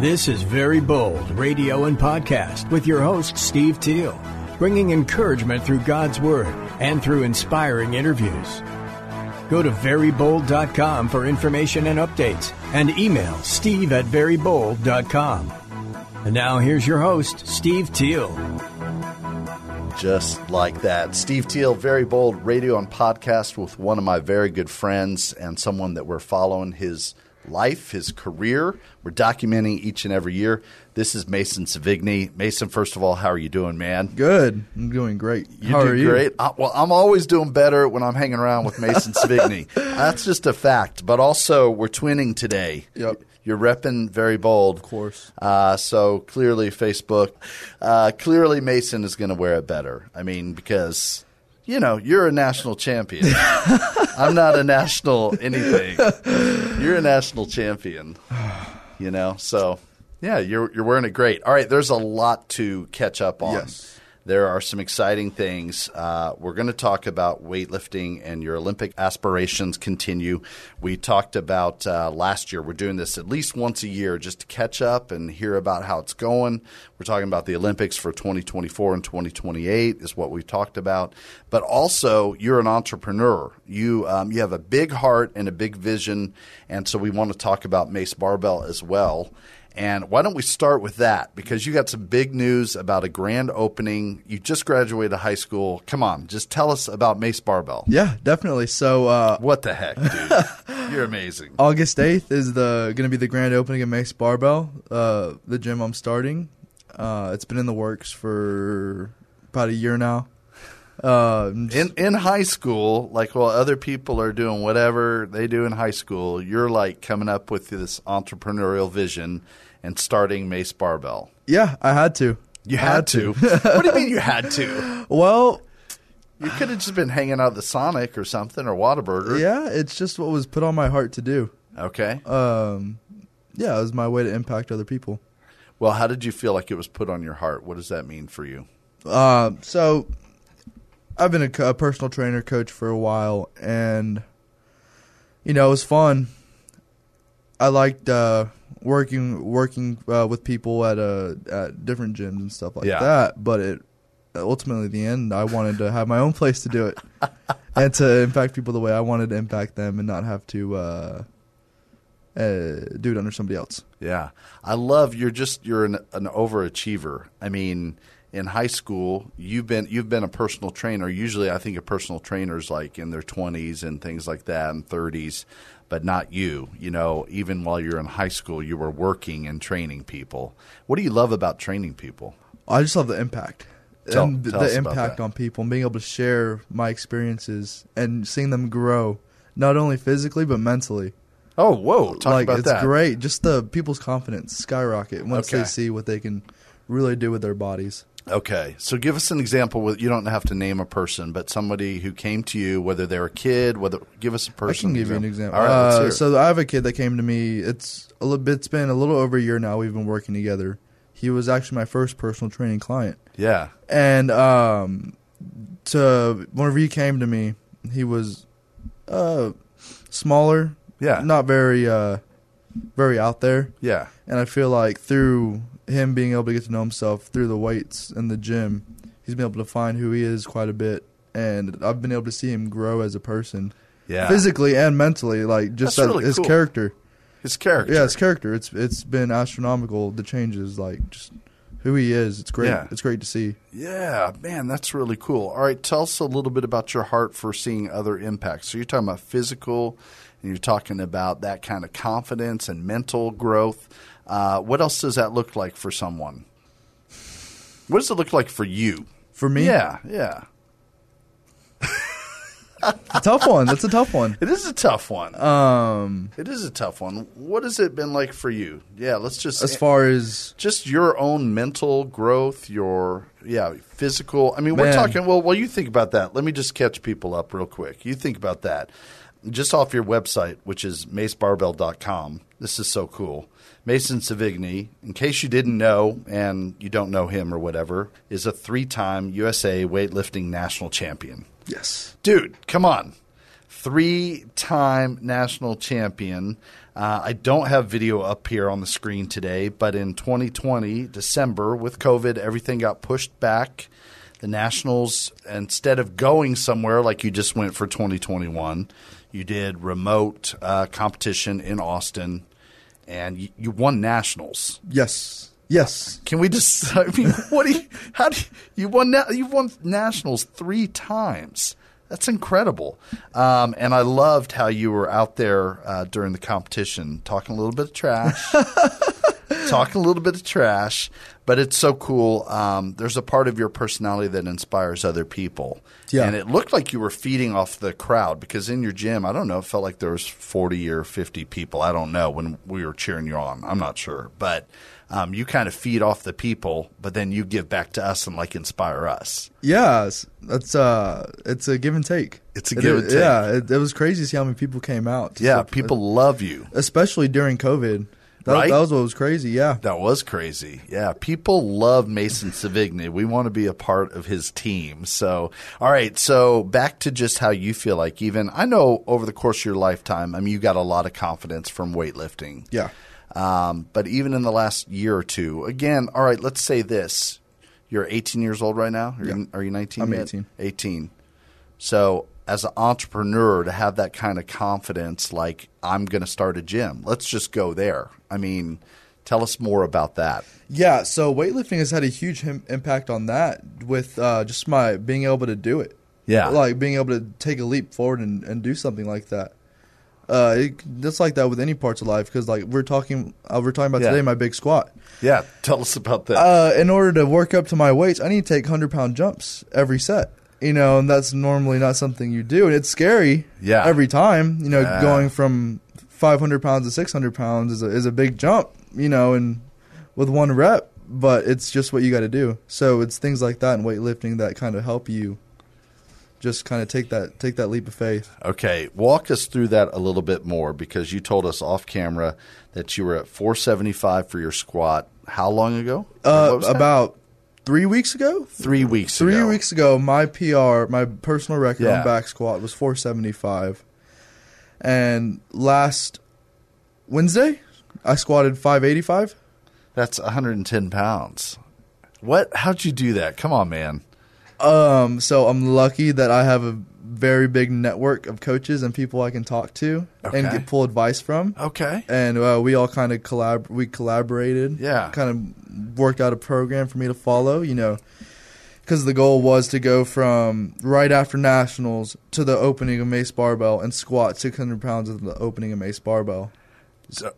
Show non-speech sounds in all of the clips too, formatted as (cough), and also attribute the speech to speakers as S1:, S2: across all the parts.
S1: This is Very Bold Radio and Podcast with your host, Steve Teal, bringing encouragement through God's Word and through inspiring interviews. Go to verybold.com for information and updates and email steve at verybold.com. And now here's your host, Steve Teal.
S2: Just like that. Steve Teal, Very Bold Radio and Podcast with one of my very good friends and someone that we're following his life, his career. We're documenting each and every year. This is Mason Savigny. Mason, first of all, how are you doing, man?
S3: Good. I'm doing great.
S2: You
S3: How
S2: do
S3: are you?
S2: great. I, well, I'm always doing better when I'm hanging around with
S3: (laughs)
S2: Mason Savigny. That's just a fact. But also, we're twinning today.
S3: Yep.
S2: You're repping very bold. Of
S3: course.
S2: Uh, so clearly, Facebook, uh, clearly Mason is going to wear it better. I mean, because, you know, you're a national
S3: (laughs)
S2: champion. I'm not a national anything. You're a national champion. You know, so yeah, you're you're wearing it great. All right, there's a lot to catch up on.
S3: Yes.
S2: There are some exciting things. Uh, we're going to talk about weightlifting and your Olympic aspirations continue. We talked about uh, last year. We're doing this at least once a year just to catch up and hear about how it's going. We're talking about the Olympics for 2024 and 2028 is what we talked about. But also, you're an entrepreneur. You um, you have a big heart and a big vision, and so we want to talk about Mace Barbell as well. And why don't we start with that? Because you got some big news about a grand opening. You just graduated high school. Come on, just tell us about Mace Barbell.
S3: Yeah, definitely. So uh,
S2: What the heck, (laughs) dude? You're amazing.
S3: August 8th is the going to be the grand opening of Mace Barbell, uh, the gym I'm starting. Uh, it's been in the works for about a year now. Uh, I'm just-
S2: In in high school, like while other people are doing whatever they do in high school, you're like coming up with this entrepreneurial vision and starting Mace Barbell.
S3: yeah, I had to.
S2: You
S3: I
S2: had to. what do you mean you had (laughs) to?
S3: Well,
S2: You could have just been hanging out at the Sonic or something or Whataburger.
S3: yeah, it's just what was put on my heart to do.
S2: Okay.
S3: Um, yeah, it was my way to impact other people.
S2: Well, how did you feel like it was put on your heart? What does that mean for you?
S3: Um, so I've been a, co- a personal trainer coach for a while, and you know it was fun. I liked uh, working working uh, with people at uh, at different gyms and stuff like
S2: Yeah.
S3: that. But it ultimately, at the end, I wanted to have my own place to do it and to impact people the way I wanted to impact them, and not have to uh, uh, do it under somebody else.
S2: Yeah, I love you're just you're an, an overachiever. I mean, in high school, you've been you've been a personal trainer. Usually, I think of personal trainers like in their twenties and things like that, and thirties, but not you. You know, even while you're in high school, you were working and training people. What do you love about training people?
S3: I just love the impact.
S2: Tell-
S3: and
S2: tell
S3: the
S2: us about
S3: impact
S2: that.
S3: on people and being able to share my experiences and seeing them grow, not only physically but mentally.
S2: Oh, whoa! Talk
S3: like
S2: about
S3: it's
S2: that.
S3: great. Just the people's confidence skyrocket once
S2: Okay.
S3: they see what they can really do with their bodies.
S2: Okay, so give us an example. With you don't have to name a person, but somebody who came to you, whether they're a kid, whether give us a
S3: I
S2: person.
S3: can give you an example.
S2: All right, let's
S3: Uh,
S2: hear it.
S3: so I have a kid that came to me. It's a little bit. It's been a little over a year now. We've been working together. He was actually my first personal training client.
S2: yeah.
S3: and um, to whenever he came to me, he was uh, smaller,
S2: Yeah.
S3: not very uh, very out there,
S2: Yeah.
S3: and I feel like through him being able to get to know himself through the weights and the gym, he's been able to find who he is quite a bit, and I've been able to see him grow as a person,
S2: Yeah.
S3: physically and mentally, like just
S2: That's
S3: as-
S2: really
S3: his
S2: cool.
S3: character.
S2: His character.
S3: Yeah, his character. It's it's been astronomical. The changes, like just who he is. It's great.
S2: Yeah.
S3: It's great to see.
S2: Yeah, man, that's really cool. All right, tell us a little bit about your heart for seeing other impacts. So you're talking about physical, and you're talking about that kind of confidence and mental growth. Uh, what else does that look like for someone? What does it look like for you?
S3: For me,
S2: Yeah, yeah.
S3: a tough one. That's a tough one.
S2: It is a tough one.
S3: Um,
S2: it is a tough one. What has it been like for you? Yeah, let's just
S3: as far as
S2: just your own mental growth, your yeah, physical. I mean, we're
S3: Man.
S2: talking. Well, while you think about that, let me just catch people up real quick. You think about that. Just off your website, which is macebarbell.com. This is so cool. Mason Savigny, in case you didn't know and you don't know him or whatever, is a three time USA weightlifting national champion.
S3: yes,
S2: Dude, come on. three time national champion. Uh, I don't have video up here on the screen today, but in 2020, December, with COVID, everything got pushed back. The Nationals, instead of going somewhere like you just went for 2021, you did remote uh, competition in Austin and you, you won Nationals.
S3: Yes. Yes.
S2: Can we just? (laughs) I mean, what do you? How do you? You won. na- You won nationals three times. That's incredible. Um, and I loved how you were out there uh, during the competition, talking a little bit of trash, talking a little bit of trash. But it's so cool. Um, there's a part of your personality that inspires other people.
S3: Yeah.
S2: And it looked like you were feeding off the crowd because in your gym, I don't know, it felt like there was 40 or 50 people. I don't know when we were cheering you on. I'm not sure, but um, you kind of feed off the people, but then you give back to us and like inspire us.
S3: Yes. That's uh it's a give and take.
S2: It's a
S3: It
S2: give
S3: is-
S2: and take.
S3: Yeah, it, it was crazy to see how many people came out. to
S2: Yeah,
S3: sup-
S2: people love you.
S3: especially during COVID. That,
S2: Right?
S3: that was what was crazy, yeah.
S2: That was crazy. Yeah, people love Mason Savigny. We want to be a part of his team. So, all right. So back to just how you feel like. Even I know over the course of your lifetime, I mean, you got a lot of confidence from weightlifting.
S3: Yeah.
S2: Um, but even in the last year or two, again, all right, let's say this. You're 18 years old right now? Are, you, are you 19?
S3: I'm
S2: yet?
S3: 18.
S2: 18. So, as an entrepreneur, to have that kind of confidence, like, I'm going to start a gym, let's just go there. I mean, tell us more about that.
S3: Yeah, so weightlifting has had a huge him- impact on that with uh, just my being able to do it.
S2: Yeah.
S3: Like being able to take a leap forward and, and do something like that. Uh, it, just like that with any parts of life, because like we're talking, uh, we're talking about
S2: Yeah.
S3: today, my big squat.
S2: Yeah. Tell us about that.
S3: Uh, in order to work up to my weights, I need to take hundred pound jumps every set. You know, and that's normally not something you do, and it's scary.
S2: Yeah.
S3: Every time, you know,
S2: Yeah.
S3: going from five hundred pounds to six hundred pounds is a, is a big jump. You know, and with one rep, but it's just what you got to do. So it's things like that in weightlifting that kind of help you, just kind of take that take that leap of faith.
S2: Okay, walk us through that a little bit more because you told us off camera that you were at 475 for your squat. How long ago?
S3: Uh,
S2: What was that?
S3: about three weeks ago,
S2: three weeks
S3: Three
S2: ago.
S3: weeks ago, my PR, my personal record
S2: Yeah.
S3: on back squat was 475. And last Wednesday, I squatted 585.
S2: That's 110 pounds. What? How'd you do that? Come on, man.
S3: Um, so I'm lucky that I have a very big network of coaches and people I can talk to and
S2: Okay.
S3: get pull advice from.
S2: Okay.
S3: And uh, we all kind of collab. We collaborated.
S2: Yeah.
S3: Kind of worked out a program for me to follow. You know, because the goal was to go from right after nationals to the opening of Mace Barbell and squat 600 pounds at the opening of Mace Barbell.
S2: So,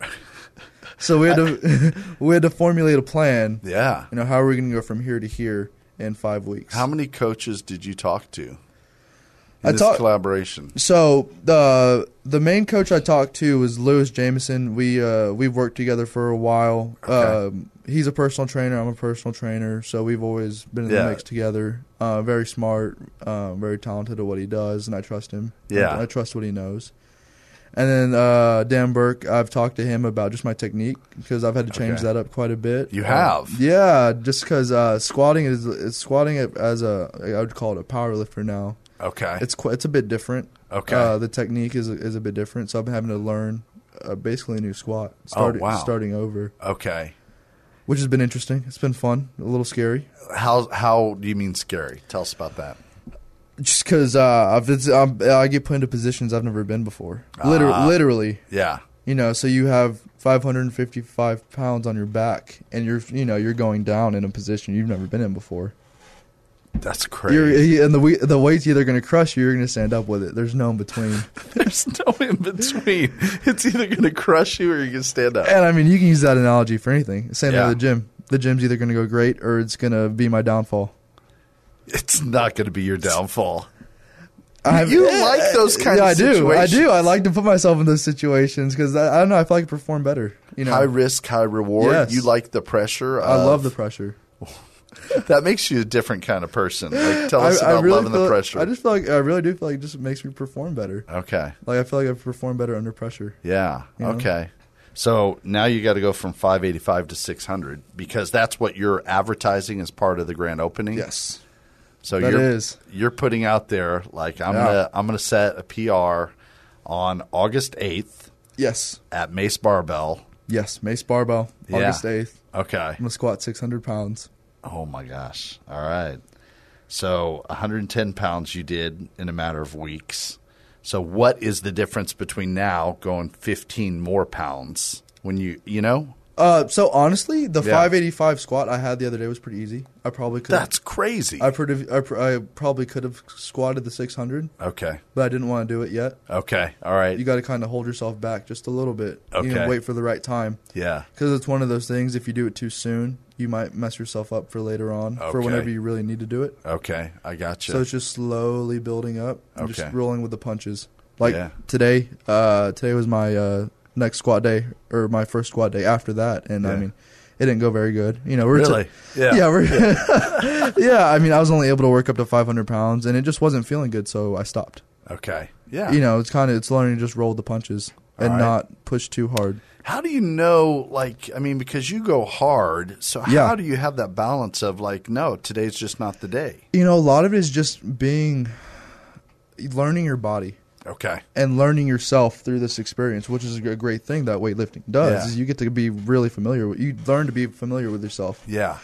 S3: So we
S2: (laughs)
S3: had to (laughs) we had to formulate a plan.
S2: yeah.
S3: You know, how are we going to go from here to here in five weeks?
S2: How many coaches did you talk to? In
S3: I
S2: this
S3: talked-
S2: collaboration.
S3: So the the main coach I talked to was Lewis Jameson. We uh, we've worked together for a while.
S2: Okay.
S3: Um, he's a personal trainer. I'm a personal trainer. So we've always been in
S2: Yeah.
S3: the mix together. Uh, very smart, uh, very talented at what he does, and I trust him.
S2: Yeah.
S3: I, I trust what he knows. And then uh, Dan Burke, I've talked to him about just my technique because I've had to change
S2: Okay.
S3: that up quite a bit. Uh,
S2: You have?
S3: yeah, just because uh, squatting is, is squatting as a I would call it a power lifter now
S2: Okay.
S3: it's quite, it's a bit different.
S2: Okay.
S3: Uh, the technique is is a bit different, so I've been having to learn uh, basically a new squat, starting
S2: Oh, wow.
S3: starting over,
S2: okay.
S3: which has been interesting. It's been fun, a little scary,
S2: How how do you mean scary? Tell us about that.
S3: just because uh, I've it's, I'm, I get put into positions I've never been before. Liter-
S2: Ah.
S3: literally,
S2: Yeah.
S3: you know. So you have 555 pounds on your back, and you're you know you're going down in a position you've never been in before.
S2: That's
S3: You're,
S2: crazy.
S3: and the we- the weight's either going to crush you, or you're going to stand up with it. There's no in between.
S2: (laughs) There's no in between. It's either going to crush you or you're going to stand up.
S3: And I mean, you can use that analogy for anything. Same
S2: Yeah.
S3: thing with the gym. The gym's either going to go great or it's going to be my downfall.
S2: It's not going to be your downfall.
S3: I
S2: you like those kind
S3: yeah,
S2: of
S3: I do. I
S2: situations.
S3: do. I like to put myself in those situations because I, I don't know. I feel like I perform better. You know,
S2: High risk, high reward.
S3: Yes.
S2: You like the pressure.
S3: I
S2: of-
S3: love the pressure.
S2: that makes you a different kind of person.
S3: (laughs)
S2: Like, tell
S3: I,
S2: us
S3: I
S2: about
S3: really
S2: loving
S3: feel-
S2: the pressure.
S3: I just feel like I really do feel like it just makes me perform better.
S2: okay.
S3: Like I feel like I perform better under pressure.
S2: Yeah.
S3: You know?
S2: Okay. So now you got to go from 585 to 600 because that's what you're advertising as part of the grand opening.
S3: Yes.
S2: So
S3: That
S2: you're
S3: is.
S2: you're putting out there like I'm
S3: Yeah.
S2: gonna I'm gonna set a PR on August eighth
S3: Yes.
S2: at Mace Barbell.
S3: Yes. Mace Barbell,
S2: Yeah.
S3: August 8th.
S2: Okay.
S3: I'm going to squat 600 pounds.
S2: Oh my gosh. All right. So 110 pounds you did in a matter of weeks. So what is the difference between now going 15 more pounds when you you know?
S3: Uh, so honestly, the
S2: Yeah.
S3: 585 squat I had the other day was pretty easy. I probably could.
S2: That's crazy.
S3: I, pretty, I, pr- I probably could have squatted the 600,
S2: Okay.
S3: but I didn't want to do it yet.
S2: Okay. All right.
S3: You got to kind of hold yourself back just a little bit. You know,
S2: Okay.
S3: wait for the right time.
S2: yeah.
S3: Because it's one of those things, if you do it too soon, you might mess yourself up for later on,
S2: Okay.
S3: for whenever you really need to do it.
S2: Okay. I got you.
S3: So it's just slowly building up, and just
S2: Okay.
S3: rolling with the punches. Like
S2: Yeah.
S3: today, uh, today was my uh, next squat day or my first squat day after that, and I
S2: Yeah.
S3: mean, it didn't go very good. You know, we're
S2: Really? Yeah.
S3: yeah, yeah, we're (laughs) yeah. I mean, I was only able to work up to 500 pounds, and it just wasn't feeling good, so I stopped.
S2: okay. Yeah.
S3: You know, it's kind of it's learning to just roll with the punches and
S2: All right.
S3: not push too hard.
S2: How do you know, like, I mean, because you go hard, so
S3: Yeah.
S2: how do you have that balance of, like, no, today's just not the day?
S3: You know, a lot of it is just being learning your body.
S2: Okay.
S3: and learning yourself through this experience, which is a g- great thing that weightlifting does.
S2: Yeah.
S3: Is you get to be really familiar. With, you learn to be familiar with yourself.
S2: Yeah.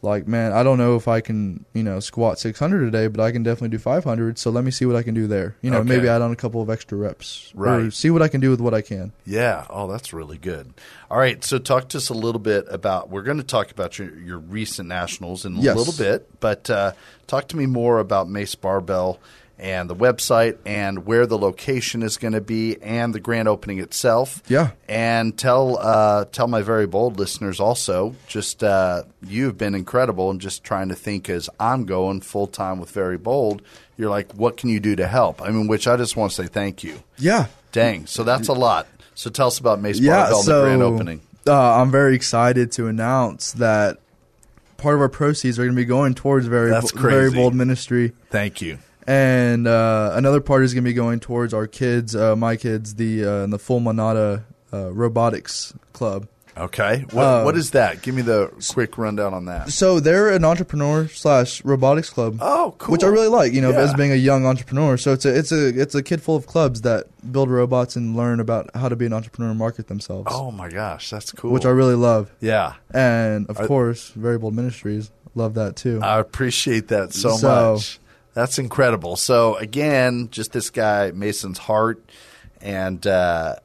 S3: Like, man, I don't know if I can, you know, squat 600 today, but I can definitely do 500. So let me see what I can do there. You know,
S2: Okay.
S3: maybe add on a couple of extra reps. or
S2: Right.
S3: see what I can do with what I can.
S2: Yeah. Oh, that's really good. All right. So, talk to us a little bit about. We're going to talk about your, your recent nationals in a
S3: Yes.
S2: little bit, but uh, talk to me more about Mace Barbell and the website and where the location is going to be and the grand opening itself.
S3: Yeah.
S2: And tell uh, tell my very bold listeners also. Just uh, you've been incredible, and just trying to think as I'm going full time with very bold. You're like, what can you do to help? I mean, which I just want to say thank you.
S3: Yeah.
S2: Dang. So that's a lot. So tell us about Mace Barbell and the grand opening.
S3: Uh, I'm very excited to announce that part of our proceeds are going to be going towards very,
S2: That's
S3: Bo- very
S2: crazy.
S3: bold ministry.
S2: Thank you.
S3: and uh, another part is going to be going towards our kids, uh, my kids, the uh, in the Full Monada uh, Robotics Club.
S2: Okay. What,
S3: Uh,
S2: what is that? Give me the quick rundown on that.
S3: So they're an entrepreneur slash robotics club.
S2: Oh, cool.
S3: Which I really like, you know,
S2: Yeah.
S3: as being a young entrepreneur. So it's a it's a it's a kid full of clubs that build robots and learn about how to be an entrepreneur and market themselves,
S2: Oh my gosh, that's cool.
S3: which I really love.
S2: yeah,
S3: And of
S2: Are-
S3: course, Very Bold Ministries love that too.
S2: I appreciate that so,
S3: So-
S2: much. That's incredible. So again, just this guy Mason's heart, and uh,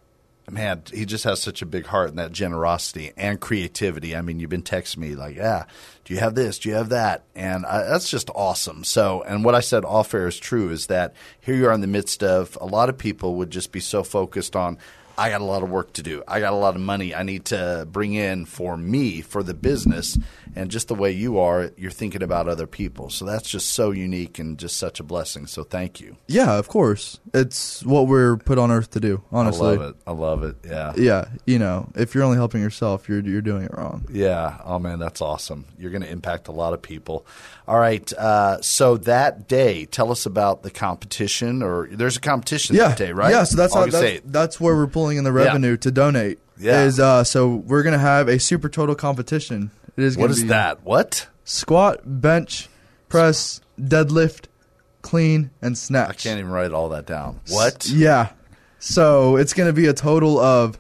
S2: man, he just has such a big heart and that generosity and creativity. I mean, you've been texting me like, yeah, do you have this? Do you have that? And I, that's just awesome. So, and what I said off air is true is that here you are in the midst of a lot of people would just be so focused on. I got a lot of work to do. I got a lot of money I need to bring in for me, for the business. And just the way you are, you're thinking about other people. So that's just so unique and just such a blessing. So thank you.
S3: yeah, of course, it's what we're put on earth to do. Honestly,
S2: I love it. I love it. Yeah.
S3: yeah, you know, if you're only helping yourself, you're you're doing it wrong.
S2: Yeah. Oh, man, that's awesome. You're going to impact a lot of people. All right. Uh, so that day, tell us about the competition, or there's a competition
S3: Yeah,
S2: that day, right?
S3: Yeah, so that's how,
S2: August
S3: that's,
S2: 8th.
S3: that's where we're pulling in the revenue to donate.
S2: Yeah.
S3: is uh, so we're gonna have a super total competition. It is
S2: What
S3: gonna
S2: is
S3: be
S2: that? What?
S3: Squat, bench, press, deadlift, clean, and snatch.
S2: I can't even write all that down. What?
S3: Yeah, so it's gonna be a total of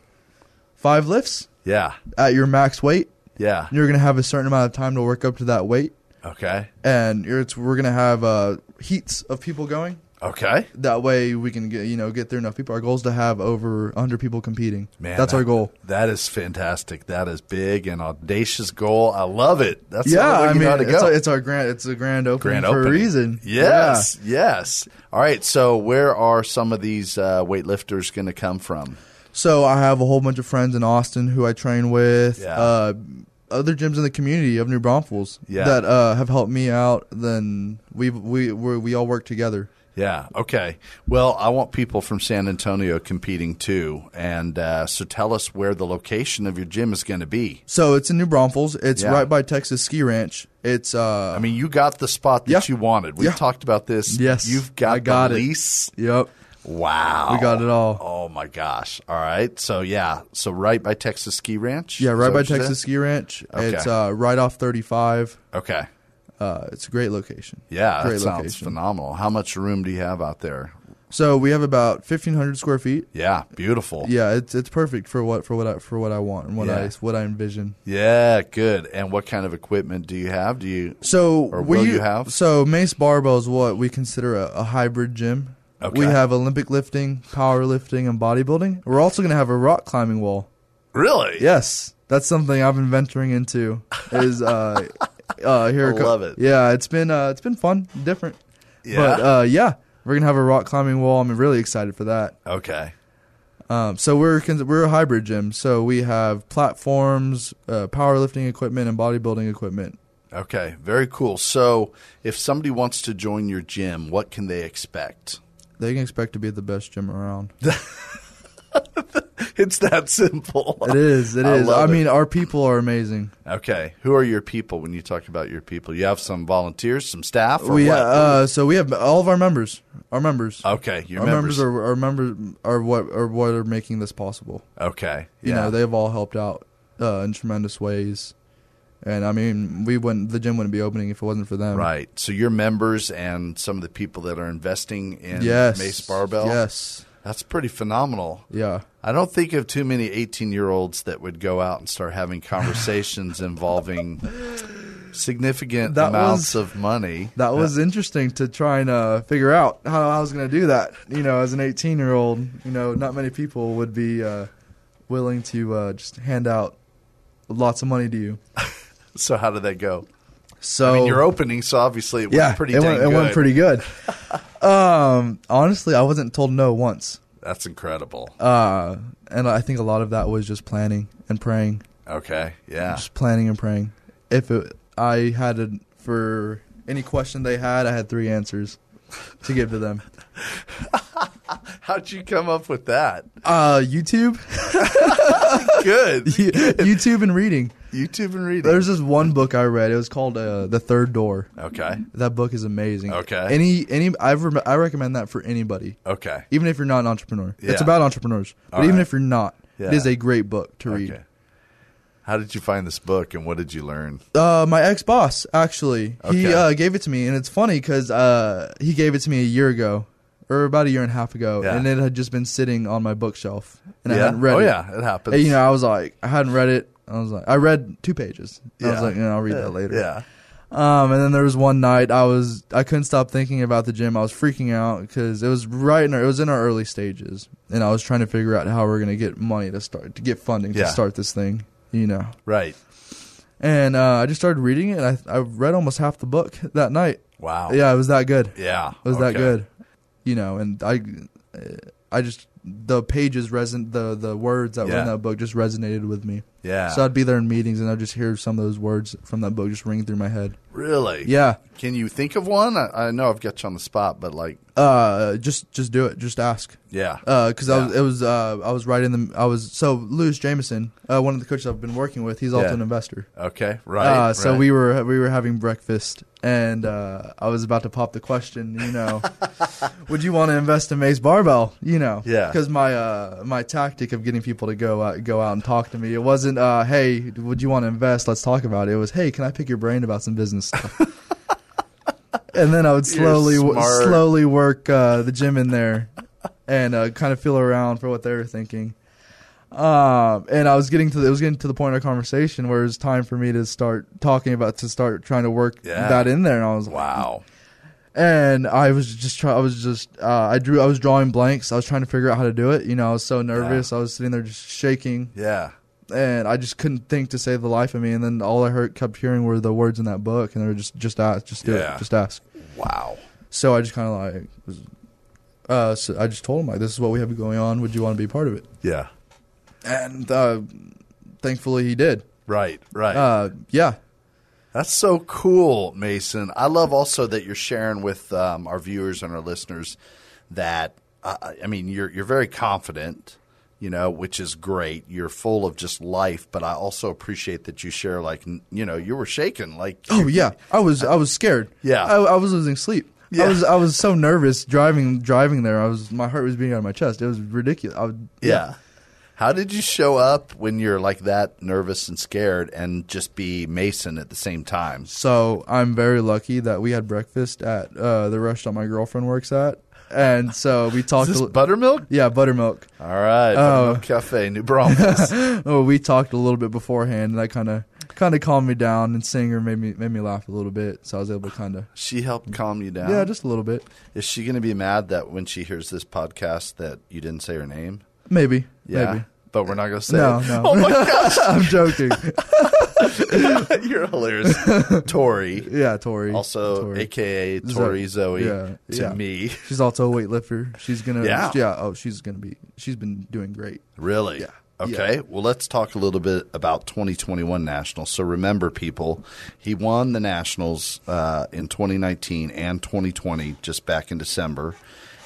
S3: five lifts
S2: Yeah.
S3: at your max weight.
S2: Yeah.
S3: You're gonna have a certain amount of time to work up to that weight,
S2: Okay.
S3: and you're, it's, we're gonna have uh, heats of people going.
S2: Okay.
S3: that way we can get you know get through enough people. Our goal is to have over 100 people competing.
S2: Man,
S3: that's
S2: that-
S3: our goal.
S2: That is fantastic. That is big and audacious goal. I love it. That's the
S3: yeah,
S2: only way
S3: I
S2: you
S3: mean
S2: know how to
S3: it's,
S2: go.
S3: our, it's our grand it's a grand opening
S2: grand
S3: for
S2: opening.
S3: a reason.
S2: Yes, yes. All right. So, where are some of these uh, weightlifters going to come from?
S3: Yeah. So I have a whole bunch of friends in Austin who I train with.
S2: Yeah.
S3: Uh, other gyms in the community of New Braunfels
S2: Yeah.
S3: that uh, have helped me out. Then we we we we all work together.
S2: Yeah. Okay. Well, I want people from San Antonio competing too, and uh, so tell us where the location of your gym is going to be.
S3: So it's in New Braunfels. It's
S2: Yeah.
S3: right by Texas Ski Ranch. It's uh,
S2: I mean, you got the spot that
S3: Yeah.
S2: you wanted. We
S3: Yeah.
S2: have talked about this.
S3: Yes,
S2: You've got,
S3: I got
S2: the
S3: it.
S2: lease.
S3: yep.
S2: Wow.
S3: We got it all.
S2: Oh my gosh. All right. So yeah. So right by Texas Ski Ranch.
S3: Yeah,
S2: Is
S3: right
S2: that
S3: by
S2: what you said?
S3: Texas Ski Ranch.
S2: Okay.
S3: It's uh, right off 35.
S2: Okay.
S3: Uh, it's a great location.
S2: Yeah,
S3: great
S2: that sounds phenomenal. How much room do you have out there?
S3: So we have about fifteen hundred square feet.
S2: Yeah, beautiful.
S3: Yeah, it's it's perfect for what for what I for what I want and what
S2: Yeah.
S3: I what I envision.
S2: Yeah, good. And what kind of equipment do you have? Do you
S3: So
S2: Or
S3: we,
S2: will you have?
S3: So Mace Barbell is what we consider a, a hybrid gym.
S2: Okay.
S3: We have Olympic lifting, powerlifting, and bodybuilding. We're also going to have a rock climbing wall.
S2: really?
S3: Yes, that's something I've been venturing into.
S2: (laughs)
S3: Is uh, uh, here
S2: I
S3: it co-
S2: love it.
S3: Yeah, it's been uh, it's been fun, different.
S2: Yeah.
S3: But uh, yeah, we're gonna have a rock climbing wall. I'm really excited for that.
S2: okay.
S3: Um, so we're cons- we're a hybrid gym. So we have platforms, uh, powerlifting equipment, and bodybuilding equipment.
S2: Okay. Very cool. So, if somebody wants to join your gym, what can they expect? (laughs)
S3: They can expect to be the best gym around.
S2: It's that simple.
S3: (laughs) It is. It
S2: I
S3: is. I,
S2: love it.
S3: mean, our people are amazing.
S2: Okay. Who are your people when you talk about your people? You have some volunteers, some staff, or
S3: we
S2: what?
S3: uh, so we have all of our members. Our members.
S2: okay. Your
S3: our
S2: members.
S3: Oh, members are our members are what are what are making this possible.
S2: okay.
S3: You
S2: Yeah.
S3: know, they've all helped out uh, in tremendous ways. And I mean, we wouldn't the gym wouldn't be opening if it wasn't for them.
S2: right. So, your members and some of the people that are investing in
S3: Yes.
S2: Mace Barbell.
S3: Yes.
S2: That's pretty phenomenal.
S3: Yeah.
S2: I don't think of too many 18 year olds that would go out and start having
S3: (laughs)
S2: conversations involving significant
S3: That
S2: amounts
S3: was-
S2: of money.
S3: That was interesting to try and uh, figure out how I was going to do that. You know, as an 18 year old, you know, not many people would be uh, willing to uh, just hand out lots of money to you.
S2: Uh, So, how did that go?
S3: So
S2: I mean, your opening, so obviously it went
S3: Oh. yeah,
S2: pretty
S3: it,
S2: dang
S3: went, it
S2: good.
S3: went pretty
S2: (laughs)
S3: good. um, honestly, I wasn't told no once,
S2: That's incredible.
S3: uh, and I think a lot of that was just planning and praying,
S2: Okay.
S3: (laughs)
S2: Yeah.
S3: just planning and praying. If it, I had a, for any question they had, I had three answers to give to them.
S2: How'd you come up with that?
S3: Uh, YouTube.
S2: Good.
S3: (laughs) You- YouTube and reading.
S2: YouTube and reading.
S3: There's this one book I read. It was called uh, The Third Door.
S2: okay.
S3: That book is amazing.
S2: Okay.
S3: Any any I rem- I recommend that for anybody,
S2: Okay.
S3: even if you're not an entrepreneur. It's
S2: Yeah.
S3: about entrepreneurs, but
S2: All
S3: even
S2: right.
S3: if you're not,
S2: Yeah.
S3: it is a great book to read.
S2: Okay. How did you find this book and what did you learn?
S3: Uh, my ex boss actually
S2: Okay.
S3: he uh, gave it to me, and it's funny because uh, he gave it to me a year ago, or about a year and a half ago,
S2: Yeah.
S3: and it had just been sitting on my bookshelf, and I
S2: yeah.
S3: hadn't read
S2: oh,
S3: it.
S2: yeah. It happens.
S3: And, you know, I was like, I hadn't read it. I was like, I read two pages. I
S2: Yeah.
S3: was like, you know, I'll read that later.
S2: Yeah.
S3: Um, and then there was one night I was I couldn't stop thinking about the gym. I was freaking out because it was right in our, it was in our early stages, and I was trying to figure out how we are gonna get money to start to get funding
S2: Yeah.
S3: to start this thing, you know.
S2: Right.
S3: And uh, I just started reading it. and I I read almost half the book (laughs) that night.
S2: Wow.
S3: Yeah, it was that good.
S2: Yeah.
S3: It was that
S2: Okay.
S3: good, you know. And I I just the pages reson the the words that were
S2: Yeah.
S3: in that book just resonated with me.
S2: Yeah.
S3: So I'd be there in meetings and I'd just hear some of those words from that book just ring through my head.
S2: really?
S3: Yeah.
S2: Can you think of one? I, I know I've got you on the spot, but like,
S3: Uh, just just do it. Just ask.
S2: yeah.
S3: Because I was
S2: Yeah.
S3: it was uh I was right in the I was so Lewis Jameson, uh, one of the coaches I've been working with. He's also
S2: Yeah.
S3: an investor.
S2: okay. Right.
S3: uh, so
S2: right.
S3: we were we were having breakfast and uh, I was about to pop the question. You
S2: (laughs)
S3: know, would you want to invest in Mace Barbell? You know,
S2: Yeah.
S3: Because my uh my tactic of getting people to go out go out and talk to me, it wasn't uh hey would you want to invest? Let's talk about it. It was hey can I pick your brain about some business
S2: (laughs)
S3: stuff. And then I would
S2: You're
S3: slowly, w-
S2: smart.
S3: slowly work uh, the gym in there, and uh, kind of feel around for what they were thinking. Um, and I was getting to the, it was getting to the point of conversation where it was time for me to start talking about to start trying to work
S2: Yeah.
S3: that in there, and I was like,
S2: Wow.
S3: and I was just try, I was just uh, I drew I was drawing blanks. I was trying to figure out how to do it. You know, I was so nervous. I was sitting there just shaking,
S2: Yeah.
S3: and I just couldn't think to save the life of me. And then all I heard kept hearing were the words in that book, and they were just just ask, just do
S2: Yeah.
S3: it, just ask.
S2: Wow.
S3: So I just kind of like, was, uh, so I just told him like, this is what we have going on. Would you want to be part of it?
S2: Yeah.
S3: And uh, thankfully, he did.
S2: Right. Right.
S3: Uh, yeah,
S2: That's so cool, Mason. I love also that you're sharing with um, our viewers and our listeners that uh, I mean you're you're very confident, you know, which is great. You're full of just life, but I also appreciate that you share like n- you know you were shaken like
S3: Oh yeah, I was I was scared.
S2: Yeah.
S3: I, I was losing sleep.
S2: Yeah.
S3: I was I was so nervous driving driving there. I was my heart was beating out of my chest. It was ridiculous. I would,
S2: yeah. How did you show up when you're like that nervous and scared and just be Mason at the same time?
S3: So I'm very lucky that we had breakfast at uh, the restaurant my girlfriend works at, and so we
S2: Is
S3: talked.
S2: this
S3: a li-
S2: buttermilk?
S3: yeah, buttermilk.
S2: All right, Buttermilk Cafe, New Braunfels.
S3: (laughs) Oh, we talked a little bit beforehand, and that kind of kind of calmed me down. And seeing her made me made me laugh a little bit, so I was able to kind of
S2: she helped calm you down.
S3: yeah, just a little bit,
S2: Is she going to be mad that when she hears this podcast that you didn't say her name?
S3: maybe, maybe.
S2: but we're not going to say.
S3: No,
S2: it.
S3: no.
S2: (laughs) Oh
S3: (laughs)
S2: my gosh,
S3: I'm joking.
S2: Oh, you're
S3: (laughs)
S2: hilarious, Tori.
S3: Yeah, Tori.
S2: Also,
S3: Tori.
S2: aka Tori Zoe,
S3: yeah,
S2: to
S3: yeah.
S2: me, (laughs)
S3: she's also a weightlifter. She's gonna.
S2: Yeah.
S3: yeah. Oh, she's gonna be. She's been doing great.
S2: really. Okay, well, let's talk a little bit about 2021 Nationals. So, remember, people, he won the Nationals uh, in 2019 and 2020, just back in December,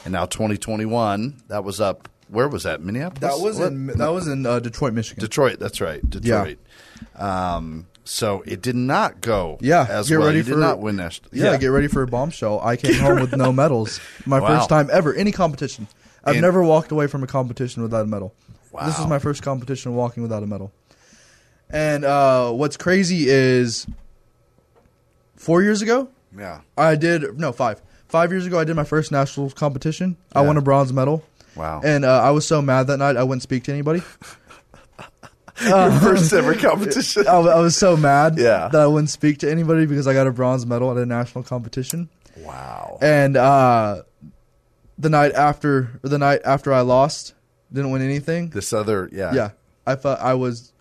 S2: and now 2021. That was up. Where was that? Minneapolis.
S3: That was
S2: What?
S3: in that was in uh, Detroit, Michigan.
S2: Detroit. That's right, Detroit. Um, so it did not go.
S3: Yeah,
S2: as
S3: get
S2: well.
S3: ready
S2: He did
S3: for-
S2: not win national.
S3: Yeah, get ready for a bombshell.
S2: (laughs)
S3: I came home with no medals. My
S2: Wow.
S3: first time ever any competition. I've
S2: And-
S3: never walked away from a competition without a medal. This
S2: Wow.
S3: is my first competition walking without a medal. And uh, what's crazy is four years ago,
S2: yeah.
S3: I did no five. Five years ago, I did my first national competition. I
S2: Yeah.
S3: won a bronze medal.
S2: Wow.
S3: And uh, I was so mad that night, I wouldn't speak to anybody. (laughs)
S2: Your first ever competition.
S3: I, I was so mad
S2: Yeah.
S3: that I wouldn't speak to anybody because I got a bronze medal at a national competition.
S2: wow.
S3: and uh, the night after or the night after I lost, didn't win anything.
S2: This other, yeah.
S3: yeah, I felt I was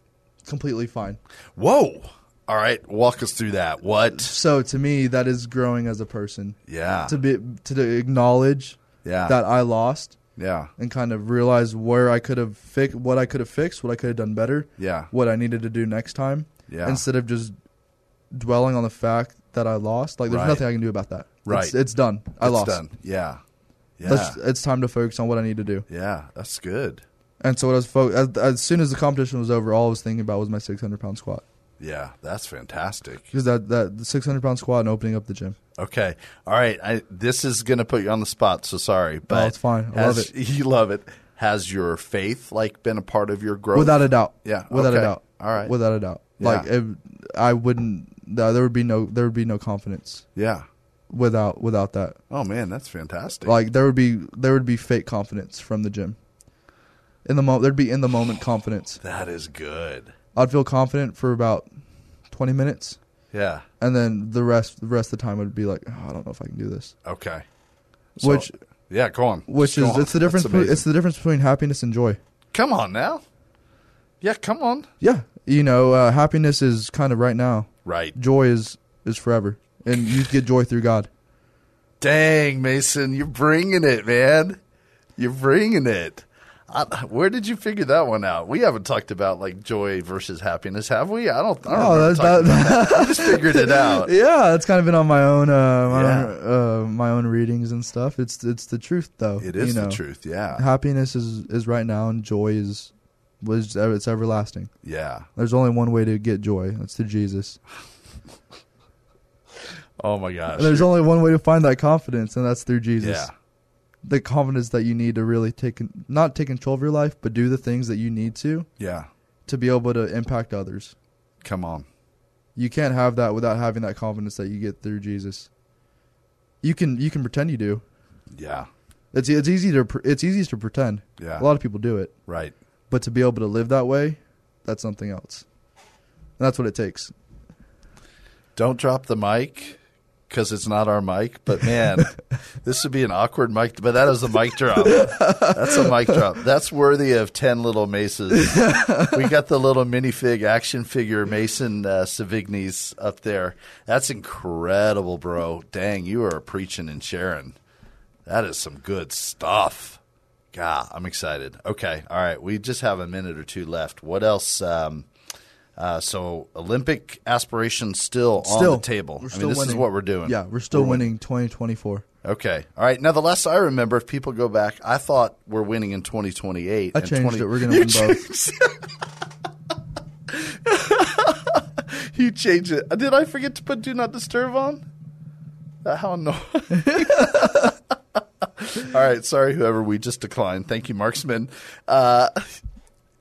S3: completely fine.
S2: Whoa. All right, walk us through that. What?
S3: So to me, that is growing as a person
S2: Yeah.
S3: to be to acknowledge
S2: Yeah.
S3: that I lost
S2: Yeah.
S3: and kind of realize where I could have fixed, what I could have fixed, what I could have done better,
S2: Yeah.
S3: what I needed to do next time,
S2: Yeah.
S3: instead of just dwelling on the fact that I lost. Like there's
S2: Right.
S3: nothing I can do about that.
S2: Right.
S3: it's, it's done. I
S2: It's
S3: lost.
S2: done. Yeah. Yeah.
S3: Let's- it's time to focus on what I need to do.
S2: yeah. That's good.
S3: And so what I was fo- as, as soon as the competition was over, all I was thinking about was my 600 pound squat
S2: Yeah. That's fantastic.
S3: because that that the 600 pound squat and opening up the gym.
S2: Okay. All right. I, this is going to put you on the spot, so sorry. But
S3: Oh, it's fine. I
S2: has, (laughs)
S3: love it.
S2: You love it. Has your faith like been a part of your growth?
S3: Without a doubt.
S2: Yeah,
S3: Without
S2: okay.
S3: a doubt.
S2: All right.
S3: Without a doubt.
S2: Yeah.
S3: Like it, I wouldn't. no, there would be no. There would be no confidence
S2: Yeah.
S3: without without that.
S2: Oh man, that's fantastic.
S3: Like there would be there would be fake confidence from the gym. In the moment, there'd be in the moment confidence.
S2: that is good.
S3: I'd feel confident for about 20 minutes,
S2: Yeah.
S3: and then the rest the rest of the time would be like, oh, I don't know if I can do this.
S2: Okay.
S3: Which-
S2: Yeah, go on.
S3: Which
S2: Just go
S3: is
S2: on.
S3: it's the
S2: That's
S3: difference. between-
S2: amazing.
S3: It's the difference between happiness and joy.
S2: come on now. Yeah, come on.
S3: Yeah, you know, uh, happiness is kind of right now.
S2: Right.
S3: Joy is is forever, and you get joy through God.
S2: Dang, Mason, you're bringing it, man. You're bringing it. I, where did you figure that one out? We haven't talked about like joy versus happiness, have we? I don't. I don't
S3: Oh,
S2: remember
S3: that's
S2: talking
S3: that-
S2: about that. I just figured it
S3: (laughs)
S2: out.
S3: Yeah, that's kind of been on my own, uh, my,
S2: Yeah.
S3: own uh, my own readings and stuff. It's it's the truth though.
S2: It is
S3: you
S2: the
S3: know.
S2: truth. Yeah.
S3: Happiness is is right now, and joy is was it's everlasting.
S2: Yeah.
S3: There's only one way to get joy. That's through Jesus.
S2: Oh my gosh.
S3: And there's only one way to find that confidence, and that's through Jesus.
S2: yeah.
S3: The confidence that you need to really take not take control of your life, but do the things that you need to
S2: Yeah.
S3: to be able to impact others.
S2: Come on.
S3: You can't have that without having that confidence that you get through Jesus. You can you can pretend you do.
S2: Yeah.
S3: It's it's easy to pre- it's easy to pretend.
S2: Yeah.
S3: A lot of people do it,
S2: Right.
S3: but to be able to live that way, that's something else. And that's what it takes.
S2: Don't drop the mic because it's not our mic. But man, this would be an awkward mic. But that is a mic drop. That's a mic drop. That's worthy of ten little
S3: (laughs)
S2: maces. We got the little minifig action figure Mason uh, Savigny's up there. That's incredible, bro. Dang, you are preaching and sharing. That is some good stuff. God, I'm excited. Okay, all right. We just have a minute or two left. What else? Um, uh, so Olympic aspirations still,
S3: Still.
S2: on the table.
S3: We're
S2: I mean,
S3: still
S2: this is
S3: winning.
S2: what we're doing.
S3: Yeah, we're still winning 2024.
S2: Okay. All right. Now, the less I remember, if people go back, I thought we're winning in 2028.
S3: I
S2: and
S3: changed
S2: 20
S3: it. We're going to
S2: You
S3: win both.
S2: ch- (laughs) You changed it. Uh, Did I forget to put Do Not Disturb on? Uh, How (laughs) annoying. All right. Sorry, whoever. We just declined. Thank you, Marksman. Uh,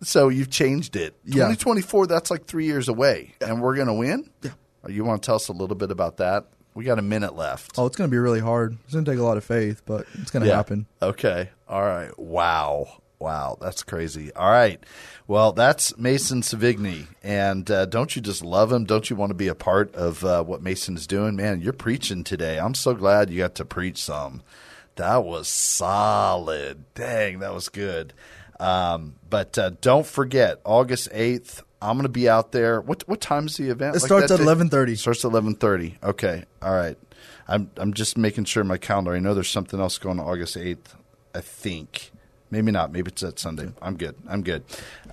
S2: So you've changed it.
S3: Yeah.
S2: 2024, that's like three years away, and we're going to win? Yeah. You want to tell us a little bit about that? We got a minute left.
S3: Oh, it's going to be really hard. It's going to take a lot of faith, but it's going to happen.
S2: Okay. All right. Wow. Wow. That's crazy. All right. Well, that's Mason Savigny. And uh, don't you just love him? Don't you want to be a part of uh, what Mason's doing? Man, you're preaching today. I'm so glad you got to preach some. That was solid. Dang, that was good. Um, but uh, don't forget, August 8th, I'm going to be out there. What what time's the event?
S3: It starts
S2: that
S3: at
S2: day?
S3: 11:30.
S2: Starts at eleven thirty. Okay. All right. I'm I'm just making sure my calendar. I know there's something else going on August eighth. I think. Maybe not. Maybe it's that Sunday. I'm good. I'm good.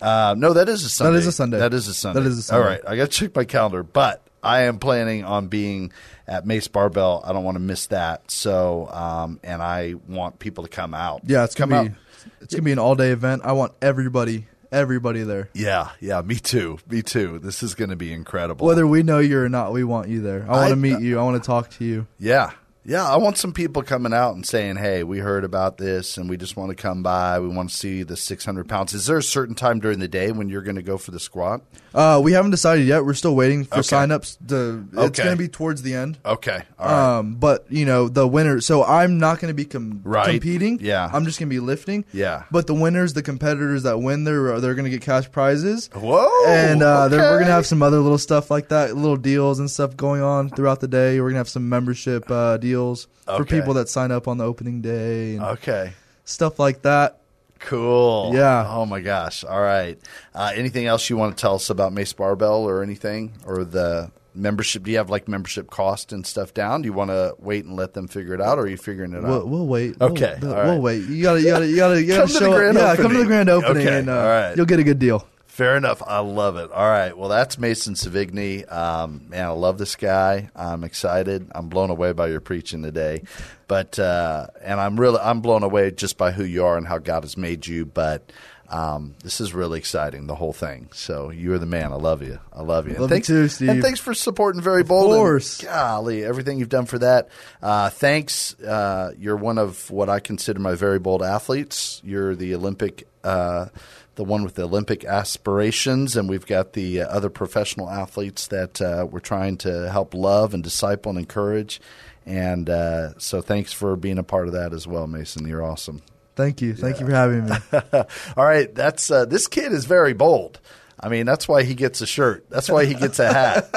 S2: Uh, no, that is a Sunday.
S3: is a Sunday.
S2: That is a Sunday.
S3: That is a Sunday.
S2: All right. I got to check my calendar, but I am planning on being at Mace Barbell. I don't want to miss that. So, um, and I want people to come out.
S3: Yeah, it's
S2: come
S3: going to
S2: out.
S3: be it's going to be an all-day event. I want everybody everybody there.
S2: Yeah, yeah. Me too. Me too. This is going to be incredible.
S3: Whether we know you or not, we want you there. I want
S2: I- uh,
S3: to meet you. I want to talk to you.
S2: Yeah. Yeah. I want some people coming out and saying, hey, we heard about this and we just want to come by. We want to see the 600 pounds. Is there a certain time during the day when you're going to go for the squat?
S3: Uh, we haven't decided yet. We're still waiting for
S2: Okay.
S3: signups. To, it's
S2: Okay.
S3: going to be towards the end.
S2: Okay. All right.
S3: Um, but you know the winner. So I'm not going to be com-
S2: Right.
S3: competing.
S2: Yeah.
S3: I'm just going to be lifting.
S2: Yeah.
S3: But the winners, the competitors that win, they're they're going to get cash prizes.
S2: (laughs) Whoa.
S3: And uh, they're- we're
S2: okay.
S3: going to have some other little stuff like that, little deals and stuff going on throughout the day. We're going to have some membership uh, deals for
S2: Okay. Uh,
S3: people that sign up on the opening day and
S2: Okay.
S3: stuff like that.
S2: Cool.
S3: Yeah.
S2: Oh my gosh. All right. Uh, anything else you want to tell us about Mace Barbell or anything or the membership? Do you have like membership cost and stuff down? Do you want to wait and let them figure it out, or are you figuring it out?
S3: We'll, we'll wait.
S2: Okay,
S3: We'll,
S2: all
S3: we'll
S2: right.
S3: wait. You gotta, you gotta, you
S2: (laughs)
S3: gotta, you gotta
S2: Come to the
S3: show up.
S2: grand
S3: Yeah, come to
S2: opening.
S3: the grand opening,
S2: Okay,
S3: and uh,
S2: all right.
S3: you'll get a good deal.
S2: Fair enough. I love it. All right. Well, that's Mason Savigny. Um, man, I love this guy. I'm excited. I'm blown away by your preaching today, but uh, and I'm really I'm blown away just by who you are and how God has made you. But um, this is really exciting, the whole thing. So you are the man. I love you. I love you. And
S3: Love you
S2: thanks,
S3: too, Steve.
S2: And thanks for supporting Very Bold.
S3: course.
S2: golly, everything you've done for that. Uh, thanks. Uh, you're one of what I consider my very bold athletes. You're the Olympic, uh, the one with the Olympic aspirations, and we've got the uh, other professional athletes that uh, we're trying to help love and disciple and encourage. And uh, so, thanks for being a part of that as well, Mason. You're awesome.
S3: Thank you, thank you for having me.
S2: (laughs) All right, that's uh, this kid is very bold. I mean, that's why he gets a shirt. That's why he gets a hat.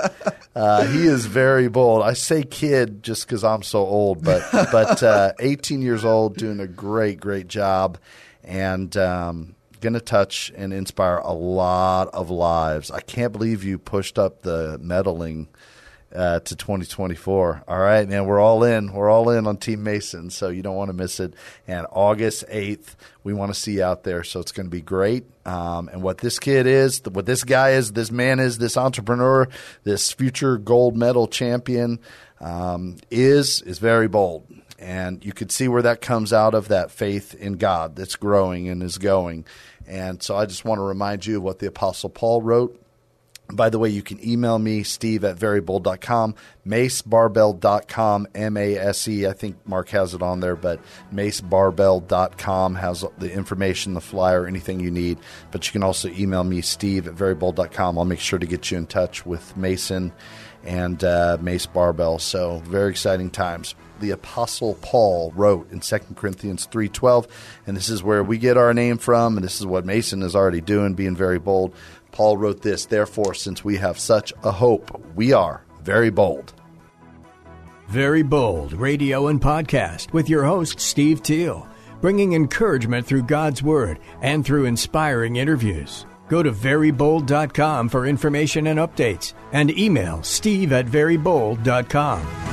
S2: Uh, he is very bold. I say kid just because I'm so old, but but uh, 18 years old, doing a great great job, and um, going to touch and inspire a lot of lives. I can't believe you pushed up the medaling uh, to 2024. All right, man, we're all in. We're all in on Team Mason, so you don't want to miss it. And August 8th, we want to see you out there, so it's going to be great. Um, and what this kid is, th- what this guy is, this man is, this entrepreneur, this future gold medal champion um, is, is very bold. And you could see where that comes out of that faith in God that's growing and is going. And so I just want to remind you of what the Apostle Paul wrote. By the way, you can email me, steve at verybold.com, macebarbell.com, M A S E. I think Mark has it on there, but macebarbell.com has the information, the flyer, anything you need. But you can also email me, steve at verybold.com. I'll make sure to get you in touch with Mason and uh, Mace Barbell. So, very exciting times the apostle paul wrote in 2 corinthians 3.12 and this is where we get our name from and this is what mason is already doing being very bold paul wrote this therefore since we have such a hope we are very bold
S1: Very Bold Radio and Podcast with your host, Steve Teal, bringing encouragement through God's Word and through inspiring interviews. Go to verybold.com for information and updates and email steve at verybold.com.